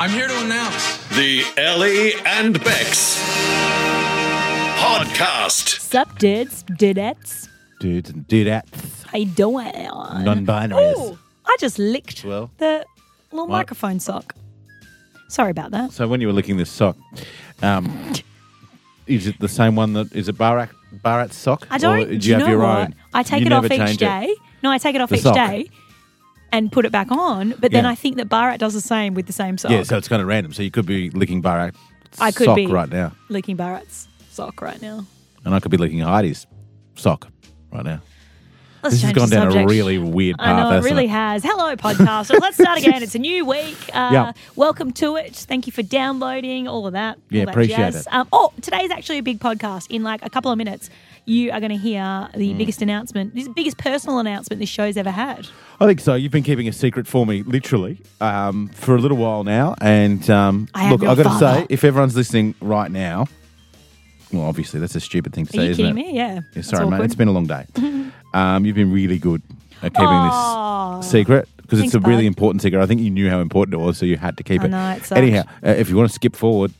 I'm here to announce. The Ellie and Bex podcast. Sup, dudes, dudettes. dudes and dudettes, How you doing? non-binaries. Ooh, I just licked Well, the little what? microphone sock. Sorry about that. So when you were licking this sock, um, is it the same one that is it Barat Barat's sock? I don't. Or do you, do you have know your what? own? I take You it off never each change it. day. No, I take it off The each sock. day and put it back on. But then Yeah. I think that Barat does the same with the same sock. Yeah, so it's kind of random. So you could be licking Barat's I could sock be. right now, Licking Barat's sock right now. and I could be licking Heidi's sock right now. Let's this has change gone the down subject. a really weird path. I know, it hasn't really has. Hello, podcasters. Let's start again. It's a new week. Uh, Yeah. Welcome to it. Thank you for downloading all of that. Yeah, all that appreciate jazz. it. Um, oh, today's actually a big podcast. In like a couple of minutes, you are going to hear the Mm. biggest announcement, this biggest personal announcement this show's ever had. I think so. You've been keeping a secret for me, literally, um, for a little while now. And um, I am look, your I've got father. to say, if everyone's listening right now, well, obviously that's a stupid thing to Are say, you isn't kidding it? me? Yeah. Yeah, That's sorry, mate. awkward. It's been a long day. um, you've been really good at keeping Aw. this secret because it's Thanks, a really bud. important secret. I think you knew how important it was, so you had to keep I it. know, it sucked. Anyhow, uh, if you want to skip forward,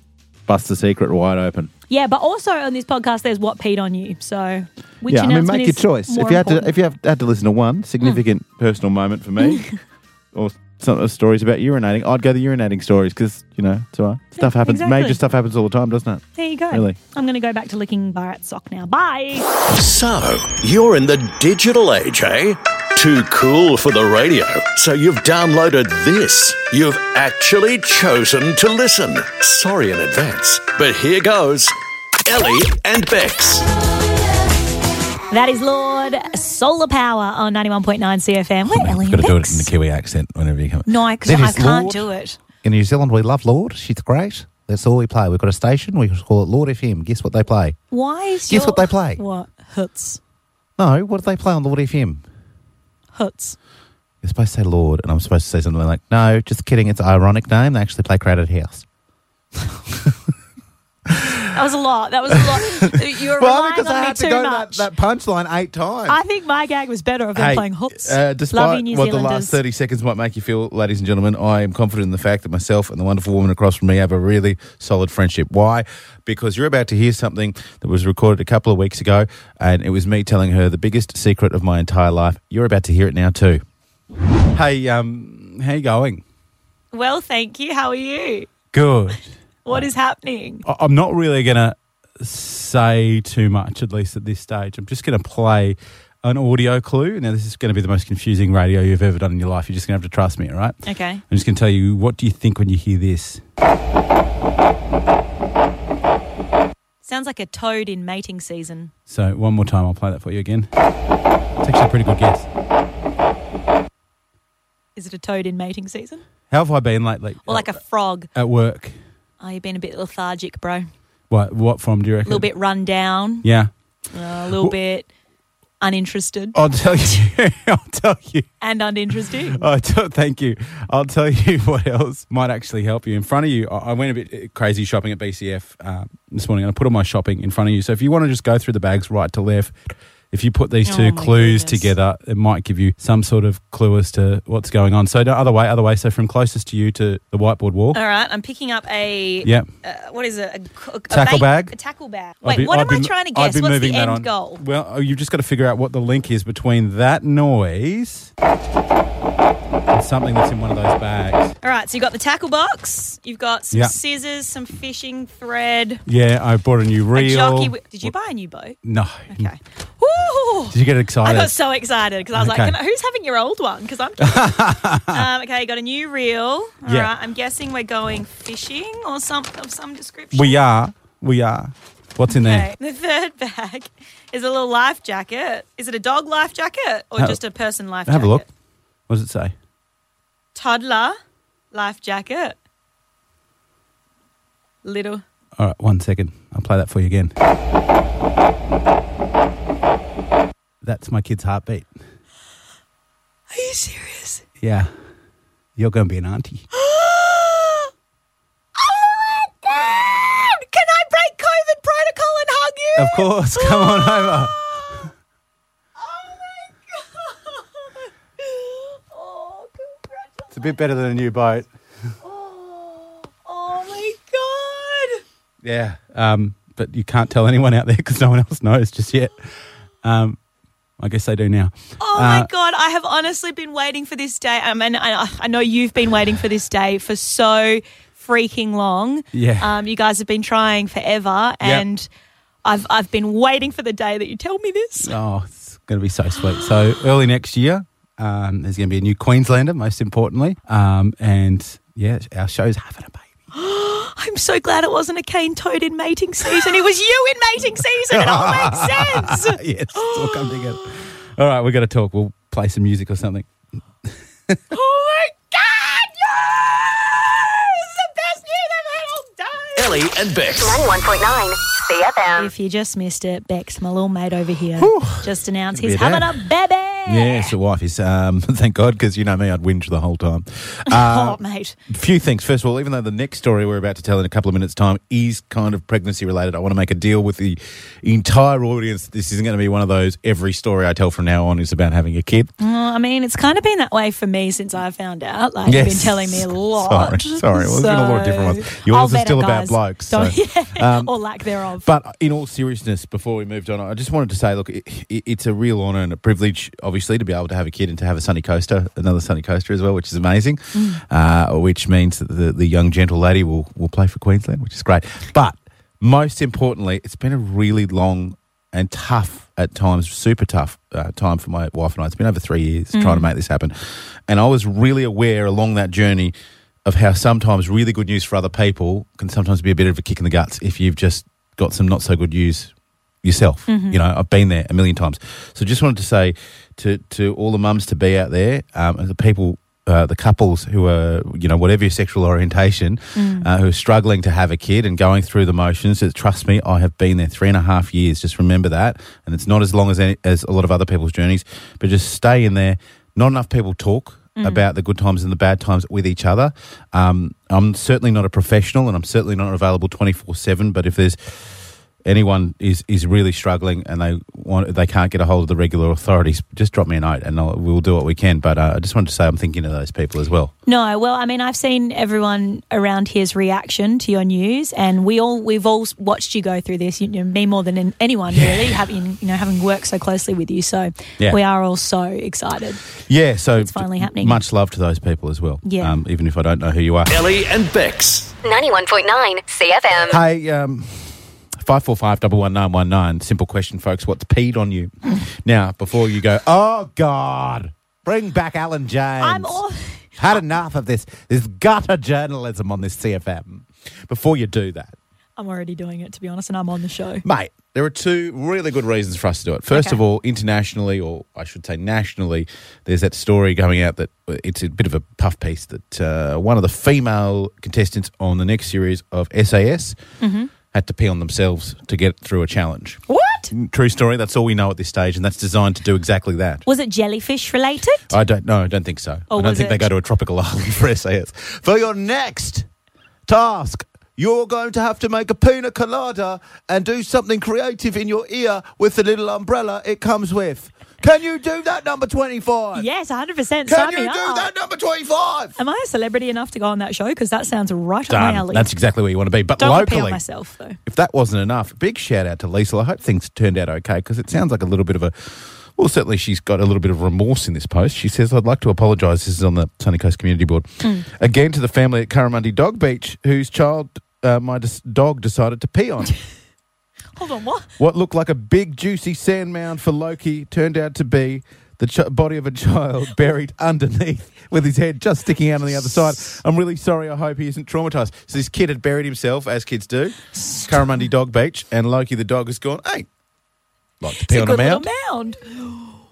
bust the secret wide open. Yeah, but also on this podcast, there's what peed on you. So, which yeah, I mean, announcement make your is choice. If you more had to, important? Hmm. if you have, had to listen to one significant personal moment for me, or some uh, stories about urinating, I'd go the urinating stories because you know it's all right. Stuff happens. exactly. Major stuff happens all the time, doesn't it? there you go. Really. I'm going to go back to licking Barat's sock now. Bye. So, you're in the digital age, eh? Too cool for the radio. So, you've downloaded this. You've actually chosen to listen. Sorry in advance. But here goes Ellie and Bex. That is Lord Solar Power on 91.9 CFM. Where Ellie Got to do it in the Hicks? Kiwi accent whenever you come. No, because That I is can't Lord. do it. In New Zealand, we love Lord. She's great. That's all we play. We've got a station. We call it Lord FM. Guess what they play? Why is Guess your- what they play? What? Huts. No, what do they play on Lord FM? Huts. You're supposed to say Lord, and I'm supposed to say something like, no, just kidding. It's an ironic name. They actually play Crowded House. That was a lot. That was a lot. You're relying on me too much. punchline eight times. I think my gag was better of them playing huts. Uh, Lovely despite New what the Zealanders. last 30 seconds might make you feel, ladies and gentlemen, I am confident in the fact that myself and the wonderful woman across from me have a really solid friendship. Why? Because you're about to hear something that was recorded a couple of weeks ago, and it was me telling her the biggest secret of my entire life. You're about to hear it now, too. Hey, um, how you going? Well, thank you. How are you? Good. What is happening? I- I'm not really going to say too much, at least at this stage. I'm just going to play an audio clue. Now, this is going to be the most confusing radio you've ever done in your life. You're just going to have to trust me, all right? Okay. I'm just going to tell you what do you think when you hear this? Sounds like a toad in mating season. So, one more time, I'll play that for you again. It's actually a pretty good guess. Is it a toad in mating season? How have I been lately? Or like a frog? at work. Oh, you've been a bit lethargic, bro. A What? What from? Do you reckon? little bit run down. Yeah. A little bit uninterested. I'll tell you. I'll tell you. and uninteresting. Oh, t- thank you. I'll tell you what else might actually help you. In front of you, I I went a bit uh, crazy shopping at BCF um, this morning, and I put all my shopping in front of you. So if you want to just go through the bags right to left, if you put these Oh, two my clues goodness. together, it might give you some sort of clue as to what's going on. So no, other way, other way. So from closest to you to the whiteboard wall. All right, I'm picking up a Yep. Uh, what is it? A, c- a Tackle vape- bag? A tackle bag. I've Wait, been- what I've am I been- trying to I've guess? been What's the moving that end on. goal? Well, oh, you've just got to figure out what the link is between that noise and something that's in one of those bags. All right, so you've got the tackle box. You've got some Yeah. scissors, some fishing thread, Yeah, I bought a new a reel. jockey. Wi- Did you buy a new boat? no. Okay. Woo! Mm. Did you get excited? I got so excited because I was Okay. like, Can I, "Who's having your old one?" Because I'm. Kidding. um, okay, got a new reel. All Yeah. right, I'm guessing we're going fishing or some of some description. We are. We are. What's in Okay. The third bag is a little life jacket. Is it a dog life jacket or Have- just a person life there? Have jacket? a look. What does it say? Toddler life jacket. Little. All right, one second. I'll play that for you again. That's my kid's heartbeat. Are you serious? Yeah. You're going to be an auntie. oh my god! Can I break COVID protocol and hug you? Of course. Come on over. Oh, congratulations. It's a bit better than a new boat. Oh. Yeah. Um, but you can't tell anyone out there because no one else knows just yet. Um, I guess they do now. Oh Uh, my god, I have honestly been waiting for this day. Um, and I, I know you've been waiting for this day for so freaking long. Yeah. Um, you guys have been trying forever, and I've I've been waiting for the day that you tell me this. Oh, it's going to be so sweet. So early next year, um, there's going to be a new Queenslander, most importantly. Um, and yeah, our show's having a baby. I'm so glad it wasn't a cane toad in mating season. It was you in mating season. It all makes sense. yes, it's all come together. All right, we've got to talk. We'll play some music or something. Oh my god! Yes! It's the best news I've had all day. Ellie and Bex. 91.9 CFM. If you just missed it, Bex, my little mate over here, just announced Could be he's a dad. having a baby. Yes, your wife is. Um, thank God, because you know me, I'd whinge the whole time. Oh, Uh, mate. few things. First of all, even though the next story we're about to tell in a couple of minutes' time is kind of pregnancy related, I want to make a deal with the entire audience. that This isn't going to be one of those every story I tell from now on is about having a kid. Well, I mean, it's kind of been that way for me since I found out. Like, Yes. you've been telling me a lot. Sorry, sorry. Well, there's been a lot of different ones. So- Yours I'll is bet still it, about guys. blokes, Don't- so, um, yeah, or lack thereof. But in all seriousness, before we moved on, I just wanted to say, look, it, it, it's a real honour and a privilege, obviously, to be able to have a kid and to have a Sunny Coaster, another Sunny Coaster as well, which is amazing. Uh, which means that the, the young gentle lady will will play for Queensland, which is great. But most importantly, it's been a really long and tough at times, super tough uh, time for my wife and I. It's been over three years trying to make this happen, and I was really aware along that journey. Of how sometimes really good news for other people can sometimes be a bit of a kick in the guts if you've just got some not so good news yourself. You know, I've been there a million times. So just wanted to say to to all the mums to be out there um, and the people. Uh, the couples who are, you know, whatever your sexual orientation, uh, who are struggling to have a kid and going through the motions, that trust me, I have been there three and a half years. Just remember that, and it's not as long as any, as a lot of other people's journeys, but just stay in there. Not enough people talk Mm. about the good times and the bad times with each other. Um, I'm certainly not a professional, and I'm certainly not available twenty four seven. But if there's anyone is is really struggling and they want they can't get a hold of the regular authorities, just drop me a note and I'll, we'll do what we can. But uh, I just wanted to say I'm thinking of those people as well. No, well, I mean, I've seen everyone around here's reaction to your news, and we all we've all watched you go through this. You know, me more than an- anyone really, having you know having worked so closely with you. So Yeah. we are all so excited. Yeah, so it's finally happening. Much love to those people as well. Yeah. um, even if I don't know who you are. Ellie and Bex. 91.9 CFM. Hey, um, five four five double one nine one nine. Simple question, folks. What's peed on you? now, before you go, oh God, bring back Alan James. I'm all. Had enough of this this gutter journalism on this CFM. Before you do that, I'm already doing it to be honest, and I'm on the show. Mate, there are two really good reasons for us to do it. First Okay. of all, internationally, or I should say nationally, there's that story going out that it's a bit of a puff piece that uh, one of the female contestants on the next series of SAS had to pee on themselves to get through a challenge. What True story. That's all we know at this stage, and that's designed to do exactly that. was it? Jellyfish related? I don't know. I don't think so. Or I don't Oh, was think they it- go to a tropical island for SAS. For your next task, you're going to have to make a pina colada and do something creative in your ear with the little umbrella it comes with. Can you do that, number 25? Yes, 100. percent Can you do that, number 25? Am I a celebrity enough to go on that show? Because that sounds right up my Done. alley. That's exactly where you want to be. But Don't want to pee on locally, myself though. if that wasn't enough, big shout out to Lisa. I hope things turned out okay because it sounds like a little bit of a. Well, certainly she's got a little bit of remorse in this post. She says, I'd like to apologise. This is on the Sunny Coast Community Board. Again to the family at Curramundi Dog Beach, whose child uh, my dis- dog decided to pee on. Hold on, what? what looked like a big, juicy sand mound for Loki turned out to be. The ch- body of a child buried underneath with his head just sticking out on the other side. I'm really sorry. I hope he isn't traumatized. So, this kid had buried himself, as kids do, Curramundi Dog Beach, and Loki the dog has gone, hey, like to pee It's a on a good little mound. mound.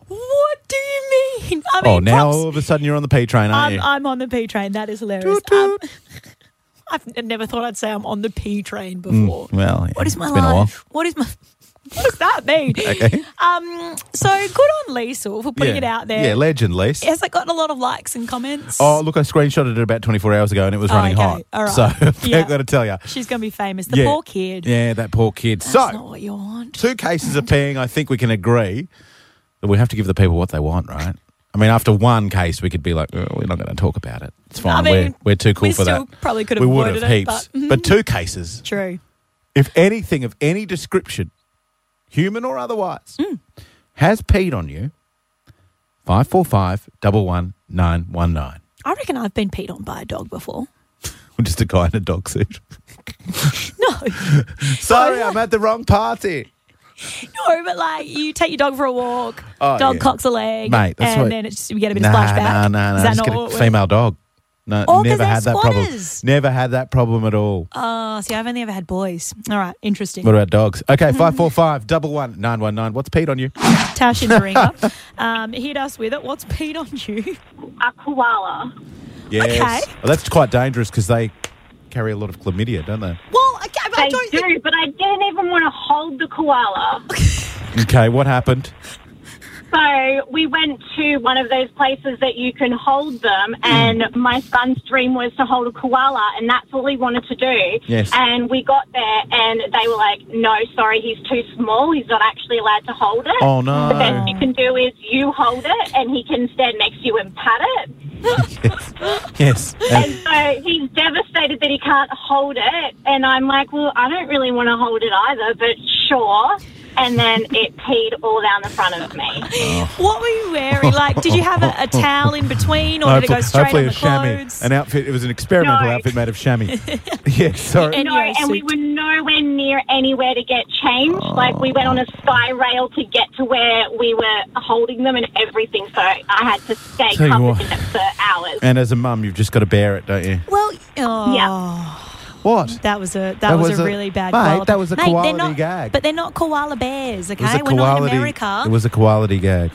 What do you mean? I mean, Oh, now props- all of a sudden you're on the pee train, aren't I'm, you? I'm on the P train. That is hilarious. Toot, Um, I've n- never thought I'd say I'm on the P train before. Mm, well, yeah, what is my it's been a life? What is my. What does that mean? Okay. Um, so good on Liesl for putting yeah. it out there. Yeah, legend, Lise. Has it gotten a lot of likes and comments? Oh, look, I screenshotted it about 24 hours ago and it was Oh, running okay. hot. All right. So, I've Yeah. got to tell you. She's going to be famous. The poor kid. Yeah, that poor kid. That's so, not what you want. two cases of peeing, I think we can agree that we have to give the people what they want, right? I mean, after one case, we could be like, oh, we're not going to talk about it. It's fine. I mean, we're, we're too cool we for still that. probably could we have would avoided have it, heaps. but- two cases True. if anything of any description, human or otherwise, Mm. has peed on you, 545 11919. I reckon I've been peed on by a dog before. Or just a guy in a dog suit. No, Oh, Sorry, I'm at the wrong party. no, but like you take your dog for a walk, Oh, dog yeah. cocks a leg, Mate, that's and what- then it's just, we get a bit of splashback. Nah, nah, Is nah. that Just not get what a we're- female dog. No, Oh, 'cause never they're had that squatters. problem. Never had that problem at all. Oh, see, I've only ever had boys. All right, interesting. What about dogs? Okay, hmm. 545 11919. What's Pete on you? Tash in Warringah, um, hit us with it. What's peed on you? a koala. Yes. Okay. Well, that's quite dangerous because they carry a lot of chlamydia, don't they? Well, okay, but I They don't do, think. but I didn't even want to hold the koala. Okay, what happened? So we went to one of those places that you can hold them, and my son's dream was to hold a koala, and that's all he wanted to do. Yes. And we got there, and they were like, "No, sorry, he's too small. He's not actually allowed to hold it." Oh, The no. best you can do is you hold it, and he can stand next to you and pat it. yes. And so he's devastated that he can't hold it. And I'm like, well, I don't really want to hold it either, but sure. And then it peed all down the front of me. What were you wearing? Like, did you have a, a towel in between, or did it go straight hopefully on the a chamois. clothes? An outfit. It was an experimental No. outfit made of chamois. yeah, sorry. And No, your and we suit. were nowhere near anywhere to get changed. Like we went on a sky rail to get to where we were holding them and everything. So I had to stay Tell you covered what. in it for hours. And as a mum, you've just got to bear it, don't you? Well, oh, What? that was a that, That was, was a a- really bad mate, koala. that was a they're koala not- gag. But they're not koala bears, okay? It was a We're not in koality- America. It was a quality gag.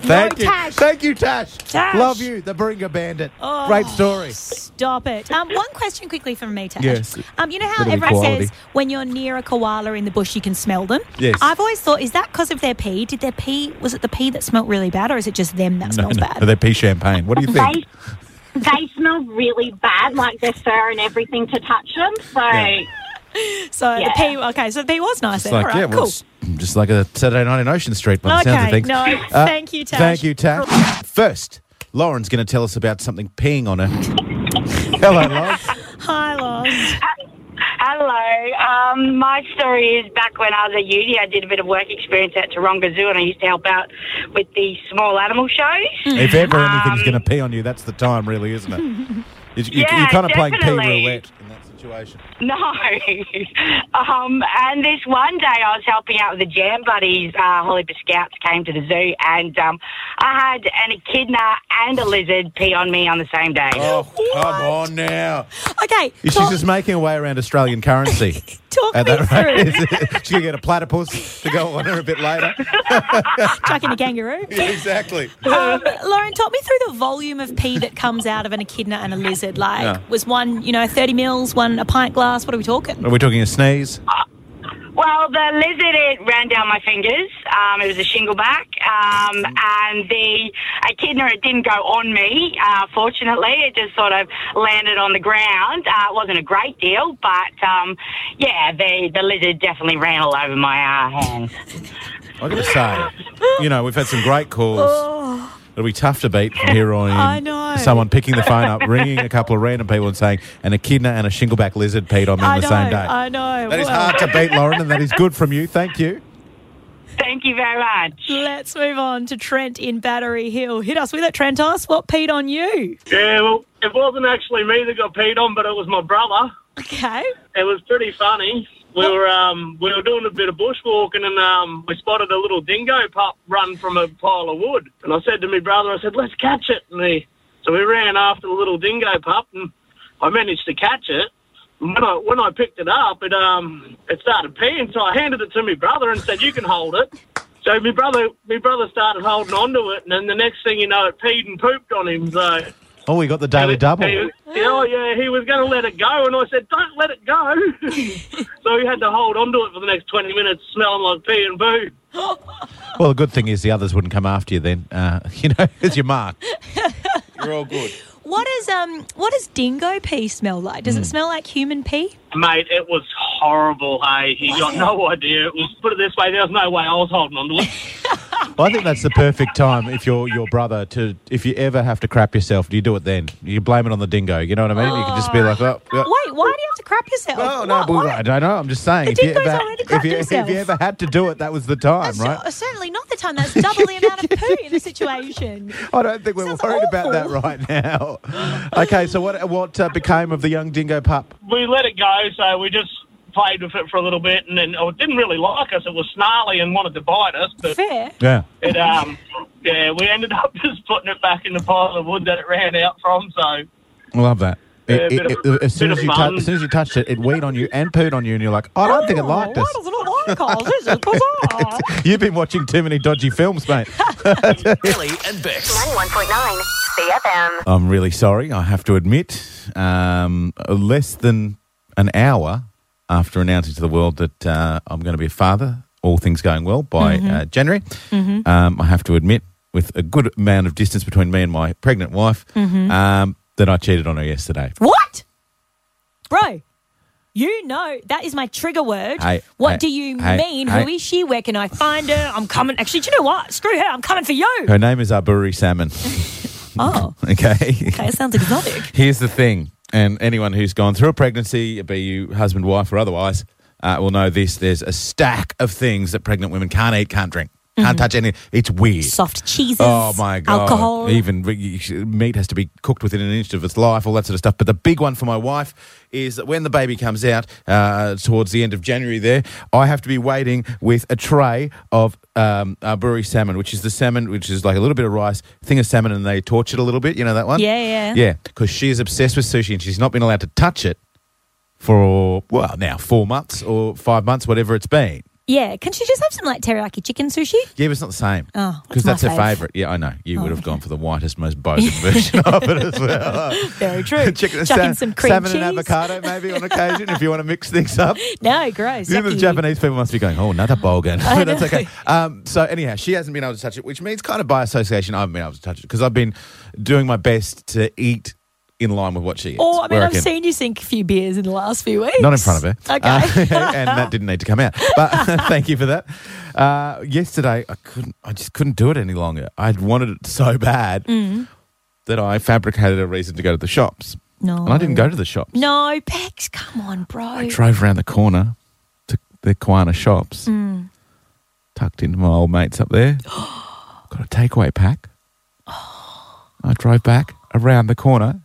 Thank you. Tash. Thank you, Tash. Tash. Love you, the Bringa Bandit. Oh, Great story. Stop it. Um, one question quickly from me, Tash. Yes. Um, you know how Little everyone koala-y. says when you're near a koala in the bush, you can smell them. Yes. I've always thought, is that because of their pee? Did their pee? Was it the pee that smelt really bad, or is it just them that smelled bad? They pee champagne. What do you They, think? they smell really bad, like their fur and everything to touch them. So so Yeah. the pee. Okay, so the pee was nice. It's Then. like, All right, yeah, well, cool. it's just like a Saturday night in Ocean Street by the sounds of Okay, things. no, Uh, thank you, Tash. Thank you, Tash. First, Lauren's going to tell us about something peeing on her. Hello, Lauren. Hi, Loz. Hello. Um, my story is back when I was at uni, I did a bit of work experience at Taronga Zoo and I used to help out with the small animal shows. If ever Um, anything's going to pee on you, that's the time, really, isn't it? You- You, Yeah, are kind of playing pee definitely. roulette in that situation. No. um, and this one day I was helping out with the Jam Buddies. Uh, Hollywood Scouts came to the zoo and um, I had an echidna and a lizard pee on me on the same day. Oh, come on now. Okay, She's talk, just making her way around Australian currency. talk At me that through. rate, she's going to get a platypus to go on her a bit later. Chucking a kangaroo. exactly. Um, Lauren, talk me through the volume of pee that comes out of an echidna and a lizard. Like, Yeah. was one, you know, 30 mils, one a pint glass? What are we talking? Are we talking a sneeze? Well, the lizard it ran down my fingers. Um, it was a shingleback, um, and the echidna it didn't go on me. Uh, fortunately, it just sort of landed on the ground. Uh, it wasn't a great deal, but um, yeah, the the lizard definitely ran all over my uh, hands. i got to say, you know, we've had some great calls. It'll be tough to beat from here on in. Oh. I know. Someone picking the phone up, ringing a couple of random people and saying, an echidna and a shingleback lizard peed on me I on the know, same day. I know. That is Well, hard to beat, Lauren, and that is good from you. Thank you. Thank you very much. Let's move on to Trent in Battery Hill. Hit us with it, Trentos. What peed on you? Yeah, well, it wasn't actually me that got peed on, but it was my brother. Okay. It was pretty funny. We were um, we were doing a bit of bushwalking and um, we spotted a little dingo pup run from a pile of wood. And I said to my brother, I said, "Let's catch it." And he, so we ran after the little dingo pup, and I managed to catch it. And when I when I picked it up, it um it started peeing. So I handed it to my brother and said, "You can hold it." So my brother my brother started holding onto it, and then the next thing you know, it peed and pooped on him. So. Oh, we got the daily And double. He, he- oh yeah, he was going to let it go, and I said, "Don't let it go." so he had to hold on to it for the next twenty minutes, smelling like pee and boo. Well, the good thing is the others wouldn't come after you then. Uh, you know, it's your mark. You're all good. What is um what does dingo pee smell like? Does it Hmm. smell like human pee? Mate, it was horrible. Hey, he got no idea. It was put it this way: there was no way I was holding on to it. I think that's the perfect time if you're your brother to if you ever have to crap yourself, do you do it then? You blame it on the dingo. You know what I mean? You can just be like, oh, yeah. Wait, why do you have to crap yourself? Well, no, Why- but why- I don't know. I'm just saying. The if, you dingo's ever, already if, cracked you, if you himself. ever had to do it, that was the time, That's right? cer- certainly not the time. That's double the amount of poo in the situation. I don't think we're Sounds worried about that awful. right now. okay, so what what uh, became of the young dingo pup? we let it go, so we just played with it for a little bit, and then oh, it didn't really like us. It was snarly and wanted to bite us, but Fair. Yeah. it um yeah, we ended up just putting it back in the pile of wood that it ran out from. So I love that. It- Uh, Yeah, a it- bit of- it- as soon as bit of you fun. tou- as soon as you touched it, it weed on you and pooed on you, and you're like, I don't think it liked Oh, us. Why does it not like us? This is bizarre. You've been watching too many dodgy films, mate. Ellie and Bex. 91.9 CFM. I'm really sorry. I have to admit, um, less than an hour after announcing to the world that uh, I'm going to be a father, all things going well by uh, January, um, I have to admit, with a good amount of distance between me and my pregnant wife, um, that I cheated on her yesterday. What? Bro, you know that is my trigger word. Hey, what hey, do you hey, mean? hey. Who is she? Where can I find her? I'm coming. Actually, do you know what? Screw her. I'm coming for you. Her name is Aburi Salmon. Oh, Okay. okay. It sounds exotic. Here's the thing, and anyone who's gone through a pregnancy, be you husband, wife, or otherwise, uh, will know this. There's a stack of things that pregnant women can't eat, can't drink, can't touch anything. It's weird. Soft cheeses. Oh my god! Alcohol. Even re- you sh- meat has to be cooked within an inch of its life, all that sort of stuff. But the big one for my wife is that when the baby comes out uh, towards the end of January, there I have to be waiting with a tray of um, uh, Buri salmon, which is the salmon, which is like a little bit of rice, thing of salmon, and they torch it a little bit. You know that one? Yeah, yeah. yeah. Because she's obsessed with sushi, and she's not been allowed to touch it for well now four months or five months, whatever it's been. yeah. Can she just have some like teriyaki chicken sushi? Yeah, but it's not the same. Oh, because that's that's my her fave. Oh. favourite. Yeah, I know. You would have gone for the whitest, most bogan version of it as well. Very true. Chicken Chuck sa- in some cream salmon cheese. and avocado, maybe on occasion, if you want to mix things up. No, gross. Even the yucky. Japanese people must be going, oh, another bogan. I But that's know. okay. Um, so anyhow, she hasn't been able to touch it, which means kind of by association, I haven't been able to touch it because I've been doing my best to eat in line with what she eats. Or Oh, I mean, where I've can. seen you sink a few beers in the last few weeks. Not in front of her. Okay. Uh, and that didn't need to come out. But thank you for that. Uh, yesterday, I couldn't. I just couldn't do it any longer. I wanted it so bad Mm. that I fabricated a reason to go to the shops. No. and I didn't go to the shops. no, Pex, come on, bro. I drove around the corner to the Kiwana shops, Mm. tucked into my old mates up there. Got a takeaway pack. I drove back around the corner,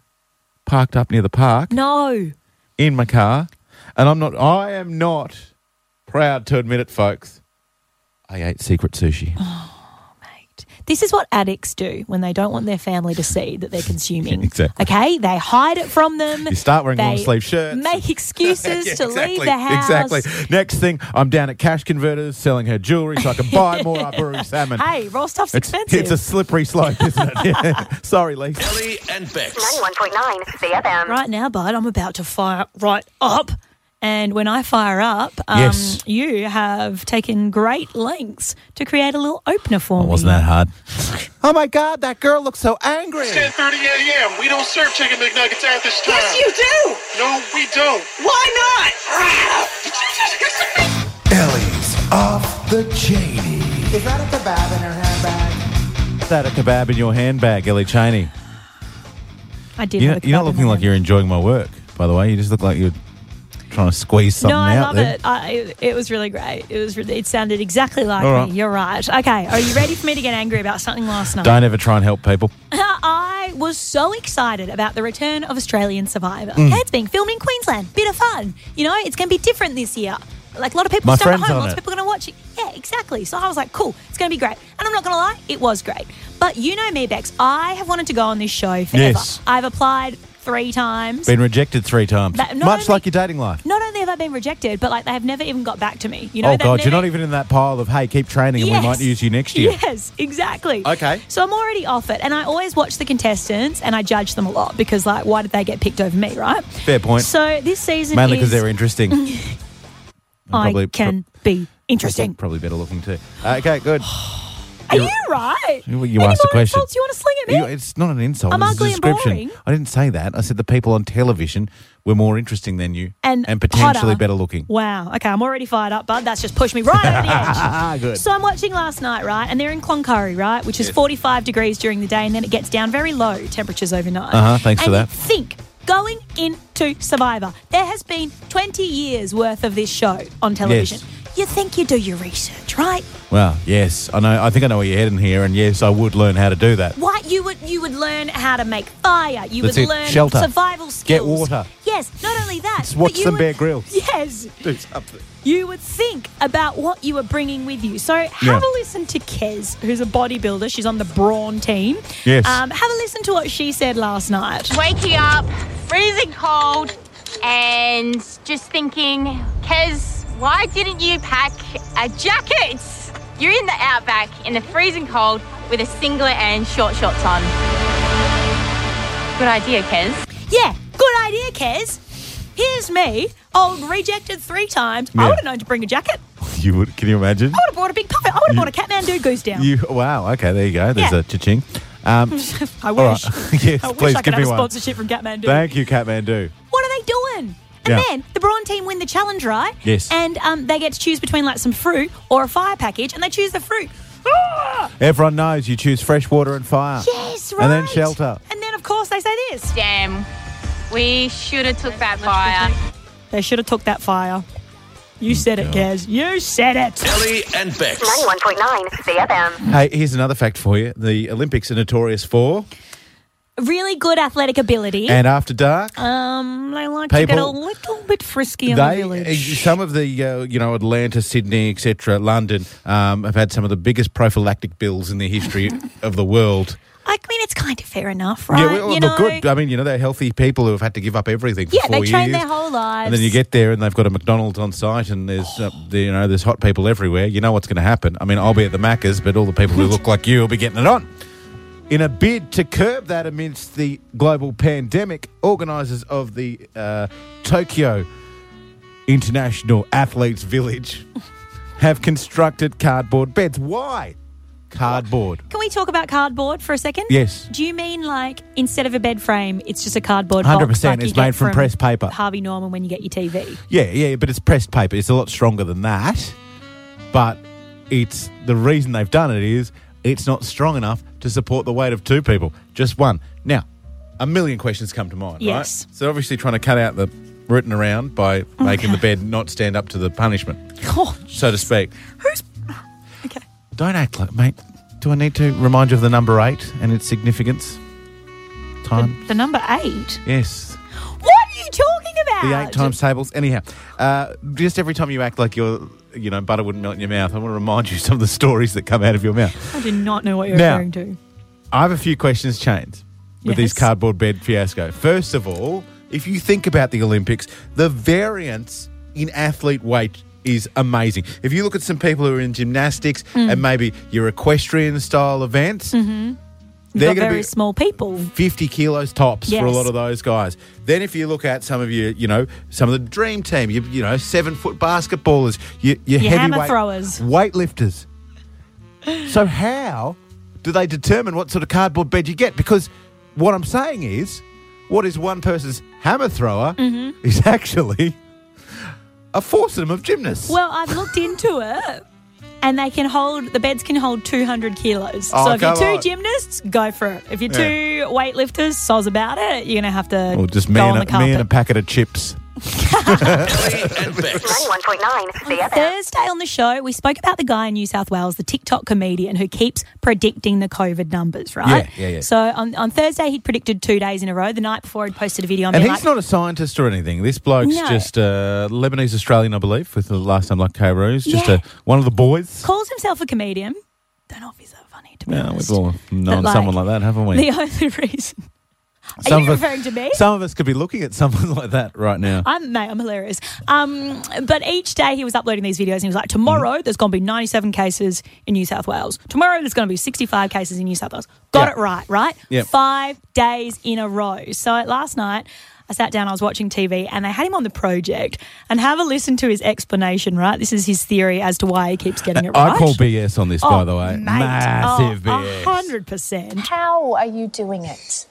parked up near the park no. in my car, and I'm not. I am not proud to admit it, folks. I ate secret sushi. Oh. Right. This is what addicts do when they don't want their family to see that they're consuming. Exactly. Okay, they hide it from them. You start wearing long They sleeve shirts. Make excuses Yeah, to leave the house. Exactly. Next thing, I'm down at Cash Converters selling her jewelry so I can buy more Aburu salmon. Hey, raw stuff's it's, expensive. it's a slippery slope, isn't it? Yeah. Sorry, Lee. Ellie and Bex. 91.9 CFM. right now, bud, I'm about to fire right up. And when I fire up, um, Yes. you have taken great lengths to create a little opener for me. hard? oh my God, that girl looks so angry. 10:30 a.m. We don't serve chicken McNuggets at this time. Yes, you do. No, we don't. Why not? Ah! Ellie's off the Janie. Is that a kebab in her handbag? What's that a kebab in your handbag, Ellie Cheney? I did. You're, have a you're kebab not in looking my like hand. you're enjoying my work, by the way. You just look like you're trying to squeeze something No, I out love there. it. I, it was really great. It was. Really, it sounded exactly like All right. me. You're right. Okay. Are you ready for me to get angry about something last night? Don't ever try and help people. I was so excited about the return of Australian Survivor. Mm. It's being filmed in Queensland. Bit of fun. You know, it's going to be different this year. Like a lot of people My stuck at friend's home, on lots it. of people going to watch it. Yeah, exactly. So I was like, cool, it's going to be great. And I'm not going to lie, it was great. But you know me, Bex, I have wanted to go on this show forever. Yes. I've applied three times. Been rejected three times. That- not Much only- like your dating life. not only have I been rejected, but like they have never even got back to me. You know, oh, they've God, you're never- not even in that pile of, hey, keep training and we might Yes. use you next year. Yes, exactly. Okay. So I'm already off it, and I always watch the contestants and I judge them a lot because, like, why did they get picked over me, right? Fair point. So this season Mainly is because they're interesting. And I probably- can be interesting. Probably better looking too. Okay, Uh, good. Are you right? You- you asked Any more the question. insults you want to sling at me? You- It's not an insult. I'm it's ugly a and description. boring. I didn't say that. I said the people on television were more interesting than you and, potentially hotter. better looking. Wow. Okay, I'm already fired up, bud. That's just pushed me right over the Ah, edge. good. So I'm watching last night, right? And they're in Cloncurry, right? Which is 45 degrees during the day and then it gets down very low temperatures overnight. Uh-huh, thanks and for that. Think going into Survivor, there has been 20 years worth of this show on television. You think you do your research, right? Well, yes, I know. I think I know where you're heading here, and yes, I would learn how to do that. What you would you would learn how to make fire. You That's would it. learn Shelter. survival skills. Get water. Yes. Not only that, Just watch but you some would- Bear Grylls. Yes. Do something. you would think about what you were bringing with you. So have Yeah. a listen to Kez, who's a bodybuilder. She's on the brawn team. Yes. Um, have a listen to what she said last night. Waking up, freezing cold, and just thinking, Kez, why didn't you pack a jacket? You're in the outback in the freezing cold with a singlet and short shorts on. Good idea, Kez. Yeah, good idea, Kez. Here's me, old rejected three times. I Yeah. would have known to bring a jacket. You would? Can you imagine? I would have brought a big puppet. I would have You- bought a Kathmandu goose down. You wow. Okay, there you go. There's Yeah. a cha-ching. Um, I all wish. right. yes, I wish please I could give have me a one. sponsorship from Kathmandu. Thank you, Kathmandu. What are they doing? And Yeah. then the Brawn team win the challenge, right? Yes. And um, they get to choose between like some fruit or a fire package, and they choose the fruit. Ah! Everyone knows you choose fresh water and fire. Yes, And then right. shelter. And then, of course, they say this. Damn, we should have took that fire. They should have took that fire. You said it, Kaz. You said it. Ellie and Bex. 91.9 CFM. Hey, here's another fact for you. The Olympics are notorious for Really good athletic ability. and after dark. um, they like to get a People- little bit frisky in the They, village. uh, some of the, uh, you know, Atlanta, Sydney, etc., London, um, have had some of the biggest prophylactic bills in the history of the world. I mean, it's kind of fair enough, right? well, you know, look good. I mean, you know, they're healthy people who have had to give up everything for yeah, four they train years. their whole lives. and then you get there, and they've got a McDonald's on site, and there's uh, the- you know there's hot people everywhere. You know what's going to happen. I mean, I'll be at the Maccas, but all the people who look like you will be getting it on. In a bid to curb that amidst the global pandemic, organisers of the uh, Tokyo International Athletes Village have constructed cardboard beds. Why cardboard? Can we talk about cardboard for a second? Yes. Do you mean like instead of a bed frame, it's just a cardboard 100 box? 100% like you it's get made from pressed paper. Harvey Norman when you get your TV. Yeah, yeah, but it's pressed paper. It's a lot stronger than that. But it's the reason they've done it is it's not strong enough to support the weight of two people, just one. Now, a million questions come to mind, Yes. right? So obviously trying to cut out the rooting around by making the bed not stand up to the punishment, Oh, so to speak. Who's Okay. Don't act like mate. Do I need to remind you of the number 8 and its significance? Time. the number eight. Yes. What are you talking about? The eight times tables. Anyhow, uh, just every time you act like your, you know, butter wouldn't melt in your mouth, I want to remind you some of the stories that come out of your mouth. I do not know what you're Now- referring to. I have a few questions, Chains, with this Yes. cardboard bed fiasco. First of all, if you think about the Olympics, the variance in athlete weight is amazing. If you look at some people who are in gymnastics and maybe your equestrian style events, Mm-hmm. You've they're got going to very be small people. 50 kilos tops for a Yes. lot of those guys. Then if you look at some of your, you know, some of the dream team, you, you know, seven foot basketballers, your, your, Your hammer heavyweight throwers. weightlifters. so how do they determine what sort of cardboard bed you get? Because what I'm saying is, what is one person's hammer thrower Mm-hmm. is actually a foursome of gymnasts. Well, I've looked into it. And they can hold, the beds can hold 200 kilos. Oh, so if you're come two on. gymnasts, go for it. If you're Yeah. two weightlifters, soz about it, you're going to have to or just go me on and, the a, me and a carpet. packet of chips. On Thursday on the show, we spoke about the guy in New South Wales, the TikTok comedian who keeps predicting the COVID numbers, right? Yeah, yeah, yeah. So on, on Thursday, he'd predicted two days in a row. The night before, he'd posted a video on and being he's like, not a scientist or anything. This bloke's No. just uh, Lebanese Australian, I believe, with the last name like Kairos. Just a, one of the boys. calls himself a comedian. Yeah, we've all known But, like, someone like that, haven't we? The only reason. Are you of us- referring to me? Some of us could be looking at someone like that right now. I'm mate, I'm hilarious. Um, but each day he was uploading these videos and he was like, Mm-hmm. tomorrow there's going to be 97 cases in New South Wales. Tomorrow there's going to be 65 cases in New South Wales. Got Yeah. it right, right? Yep. Five days in a row. So last night. I sat down, I was watching TV, and they had him on the project. And have a listen to his explanation, right? This is his theory as to why he keeps getting it right. I call BS on this, by the way. Oh, mate. Massive Oh, BS. 100%. How are you doing it?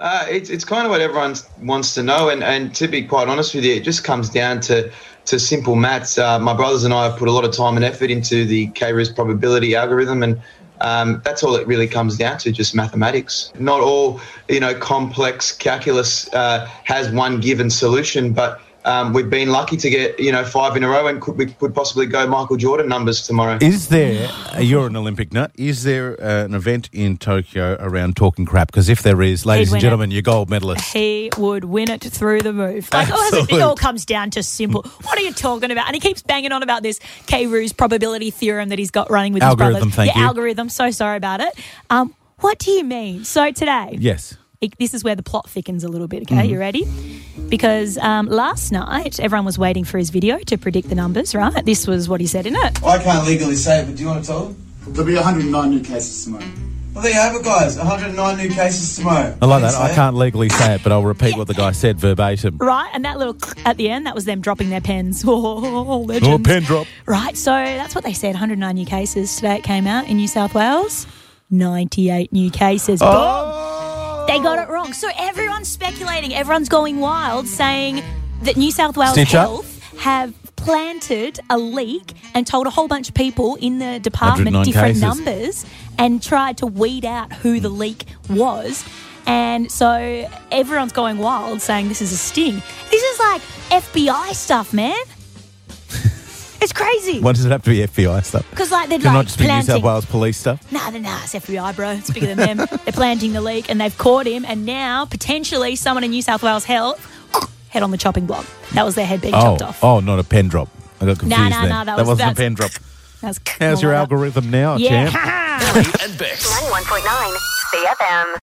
Uh, it's, it's kind of what everyone wants to know, and, and to be quite honest with you, it just comes down to, to simple maths. Uh, my brothers and I have put a lot of time and effort into the K-Riz probability algorithm, and um, that's all it really comes down to, just mathematics. Not all, you know, complex calculus uh, has one given solution, but um, we've been lucky to get, you know, five in a row, and could, we could possibly go Michael Jordan numbers tomorrow. Is there, you're an Olympic nut, is there uh, an event in Tokyo around talking crap? Because if there is, ladies win and it. gentlemen, you're gold medalists. He would win it through the roof. Like, oh, it Absolute. all comes down to simple. What are you talking about? And he keeps banging on about this K. Roos probability theorem that he's got running with Algorithm, his brothers. thank yeah, you. algorithm. So sorry about it. Um, what do you mean? So today, Yes. it- this is where the plot thickens a little bit. Okay, Mhm. you ready? Because um, last night everyone was waiting for his video to predict the numbers. Right? This was what he said in it. I can't legally say it, but do you want to tell them? There'll be 109 new cases tomorrow. Well, there you have it, guys. 109 new cases tomorrow. I like that. I can't legally say it, but I'll repeat what the guy said verbatim. Right, and that little at the end, that was them dropping their pens. Oh, legends. Oh, pen drop. Right, so that's what they said 109 new cases. Today it came out in New South Wales 98 new cases. Boom! They got it wrong. So everyone's speculating, everyone's going wild saying that New South Wales Stitch up. Health have planted a leak and told a whole bunch of people in the department 109 different cases. numbers and tried to weed out who the leak was. And so everyone's going wild saying this is a sting. This is like FBI stuff, man. It's crazy. Why does it have to be FBI stuff? 'Cause, like, they'd, Can like, it not just be New South planting- Wales police stuff? Nah, nah, nah, it's FBI, bro. It's bigger than them. They're planting the leak and they've caught him. And now, potentially, someone in New South Wales health head on the chopping block. That was their head being chopped Oh, off. oh, not a pen drop. I got confused no, there. no, that that was- wasn't a that's- pen drop. That's How's your algorithm now, Yeah. champ? Billy and Bex. 91.9 CFM.